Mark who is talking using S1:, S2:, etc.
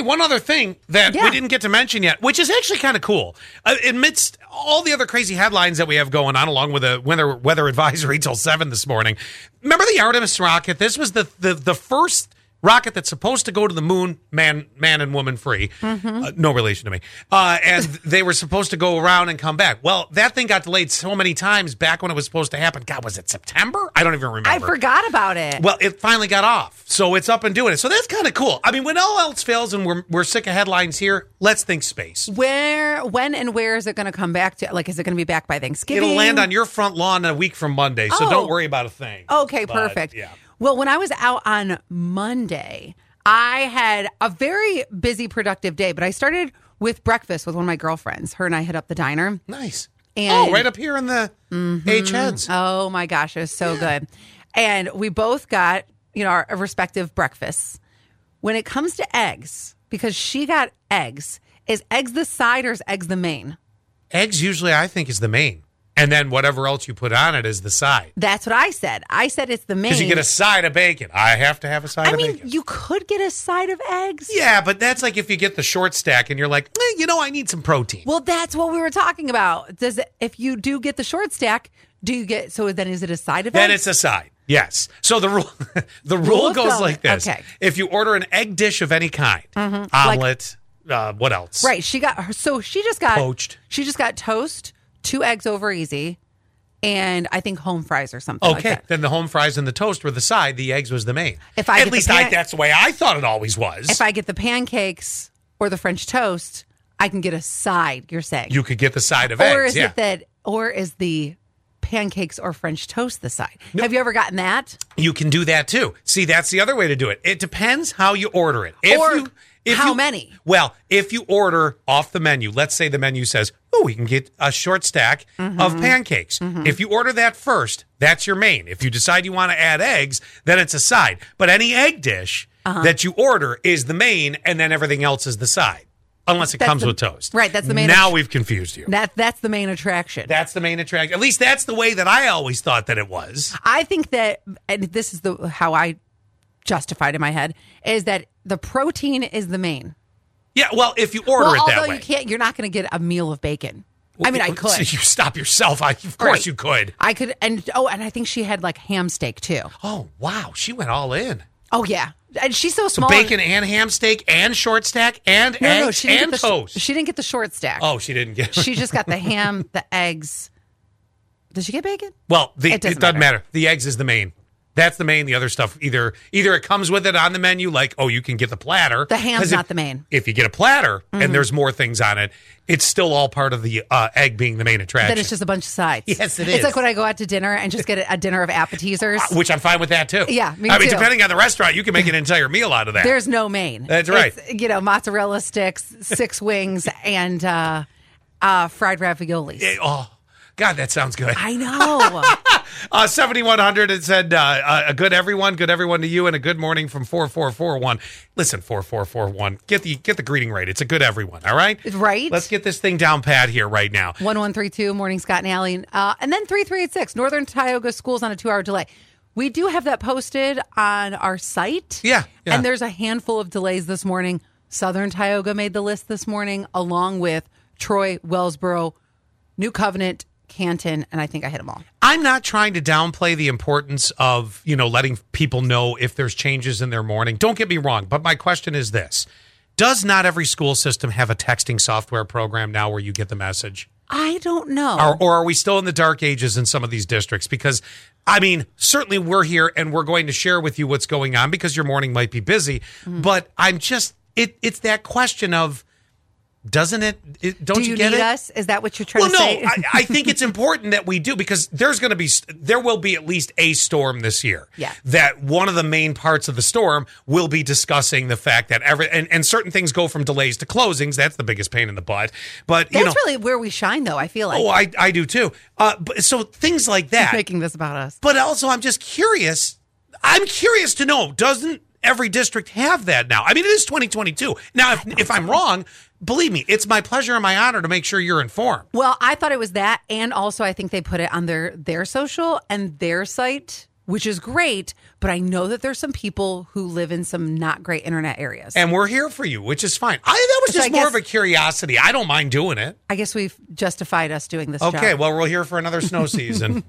S1: one other thing that
S2: Yeah.
S1: we didn't get to mention yet, which is actually kind of cool. Uh, amidst all the other crazy headlines that we have going on, along with a weather weather advisory till seven this morning. Remember the Artemis rocket? This was the the, the first rocket that's supposed to go to the moon, man man and woman free,
S2: Mm-hmm.
S1: Uh, no relation to me. Uh, and they were supposed to go around and come back. Well, that thing got delayed so many times back when it was supposed to happen. God, was it September? I don't even remember.
S2: I forgot about it.
S1: Well, it finally got off, so it's up and doing it. So that's kind of cool. I mean, when all else fails and we're we're sick of headlines here, let's think space.
S2: Where, when, and where is it going to come back to? Like, is it going to be back by Thanksgiving?
S1: It'll land on your front lawn a week from Monday, so
S2: Oh.
S1: don't worry about a thing.
S2: Okay,
S1: But,
S2: perfect.
S1: Yeah.
S2: Well, when I was out on Monday, I had a very busy, productive day, but I started with breakfast with one of my girlfriends. Her and I hit up the diner.
S1: Nice.
S2: And- Mm-hmm.
S1: oh, right up here in the H heads.
S2: Oh my gosh, it was so good. And we both got, you know, our respective breakfasts. When it comes to eggs, because she got eggs, is eggs the side or is eggs the main?
S1: Eggs usually I think is the main. And then whatever else you put on it is the side.
S2: That's what I said. I said it's the main.
S1: Because you get a side of bacon. I have to have a side
S2: I
S1: of
S2: mean,
S1: bacon.
S2: you could get a side of eggs.
S1: yeah, but that's like if you get the short stack and you're like, eh, you know, I need some protein.
S2: Well, that's what we were talking about. Does it, if you do get the short stack, do you get so then is it a side of
S1: Then it's
S2: eggs?
S1: a side. Yes. So the rule the rule
S2: Rule
S1: goes
S2: of
S1: like
S2: thumb.
S1: this.
S2: Okay. Mm-hmm.
S1: If you order an egg dish of any kind, omelet, uh, what else?
S2: right. She got her so she just got
S1: Poached.
S2: She just got toast, two eggs over easy, and I think home fries or something. like
S1: Okay.
S2: that.
S1: then the home fries and the toast were the side. The eggs was the main.
S2: If I get
S1: at
S2: the
S1: least I,
S2: pan-
S1: that's the way I thought it always was.
S2: if I get the pancakes or the French toast, I can get a side. You're saying,
S1: you could get the side of
S2: or
S1: eggs.
S2: is
S1: yeah.
S2: it that, or is the pancakes or French toast the side? Have you ever gotten that?
S1: you can do that too. See, that's the other way to do it. It depends how you order it. If
S2: Or
S1: you, if
S2: how
S1: you-
S2: many.
S1: Well, if you order off the menu, let's say the menu says, "Oh, we can get a short stack
S2: Mm-hmm.
S1: of pancakes." If you order that first, that's your main. If you decide you want to add eggs, then it's a side. But any egg dish
S2: Uh-huh.
S1: that you order is the main, and then everything else is the side, unless it
S2: That's
S1: comes
S2: the-
S1: with toast.
S2: right, that's the main-
S1: Now we've confused you.
S2: That that's the main attraction.
S1: that's the main attraction. At least that's the way that I always thought that it was.
S2: I think that, and this is the how I justified in my head is that the protein is the main.
S1: Yeah. Well, if you order
S2: well,
S1: it that
S2: although
S1: way,
S2: you can't, you're not going to get a meal of bacon. I mean, I could.
S1: So you stop yourself. I, of course
S2: Right.
S1: you could.
S2: I could, and oh, and I think she had like ham steak too.
S1: Oh wow, she went all in.
S2: Oh yeah, and she's so small.
S1: Bacon and ham steak and short stack and
S2: No,
S1: eggs
S2: no, she didn't
S1: and
S2: get the, sh-
S1: toast.
S2: She didn't get the short stack.
S1: oh, she didn't get.
S2: She just got the ham, the eggs. Did she get bacon?
S1: well, the,
S2: It
S1: it
S2: doesn't
S1: doesn't, matter. The eggs is the main. That's the main. The other stuff either either it comes with it on the menu, like oh you can get the platter.
S2: The ham's
S1: 'Cause if-
S2: not the main. Mm-hmm.
S1: If you get a platter and there's more things on it, it's still all part of the uh, egg being the main attraction.
S2: Then it's just a bunch of sides.
S1: Yes, it
S2: It's
S1: is.
S2: like when I go out to dinner and just get a dinner of appetizers.
S1: Uh, which I'm fine with that too.
S2: Yeah, me
S1: I mean,
S2: too.
S1: depending on the restaurant, you can make an entire meal out of that.
S2: There's no main.
S1: That's right.
S2: It's, you know, mozzarella sticks, six wings, and uh, uh, fried raviolis.
S1: Eh, oh, God, that sounds good.
S2: I know.
S1: Uh, 7100, it said uh, uh, a good everyone, good everyone to you, and a good morning from 4441. Listen, 4441, get the get the greeting right. It's a good everyone, all right?
S2: Right.
S1: Let's get this thing down pat here right now.
S2: 1132, Morning Scott and Allie. Uh, and then 3386, Northern Tioga Schools on a two hour delay. We do have that posted on our site.
S1: Yeah, yeah.
S2: And there's a handful of delays this morning. Southern Tioga made the list this morning, along with Troy, Wellsboro, New Covenant, Canton, and I think I hit them all.
S1: I'm not trying to downplay the importance of, you know, letting people know if there's changes in their morning. Don't get me wrong, but my question is this. Does not every school system have a texting software program now where you get the message?
S2: I don't know.
S1: Or, or are we still in the dark ages in some of these districts? Because, I mean, certainly we're here and we're going to share with you what's going on because your morning might be busy.
S2: Mm-hmm.
S1: But I'm just, it, it's that question of, doesn't it, it don't
S2: Do you,
S1: get
S2: need
S1: it?
S2: us? Is that what you're trying
S1: Well,
S2: to
S1: no,
S2: say?
S1: I, I think it's important that we do because there's going to be, there will be at least a storm this year.
S2: Yeah.
S1: That one of the main parts of the storm will be discussing the fact that every, and, and certain things go from delays to closings. That's the biggest pain in the butt. But,
S2: That's
S1: you know,
S2: really where we shine, though. I feel like
S1: Oh, I, I do too. Uh, but, so things like that.
S2: making this about us.
S1: But also, I'm just curious. I'm curious to know doesn't every district have that now? I mean, it is 2022. Now, if, if I'm wrong, believe me, it's my pleasure and my honor to make sure you're informed.
S2: Well, I thought it was that, and also I think they put it on their their social and their site which is great. But I know that there's some people who live in some not great internet areas.
S1: And we're here for you, which is fine. I that was
S2: So
S1: just
S2: I
S1: more of
S2: guess-
S1: a curiosity. I don't mind doing it.
S2: I guess we've justified us doing this.
S1: Okay,
S2: job.
S1: well, we're here for another snow season.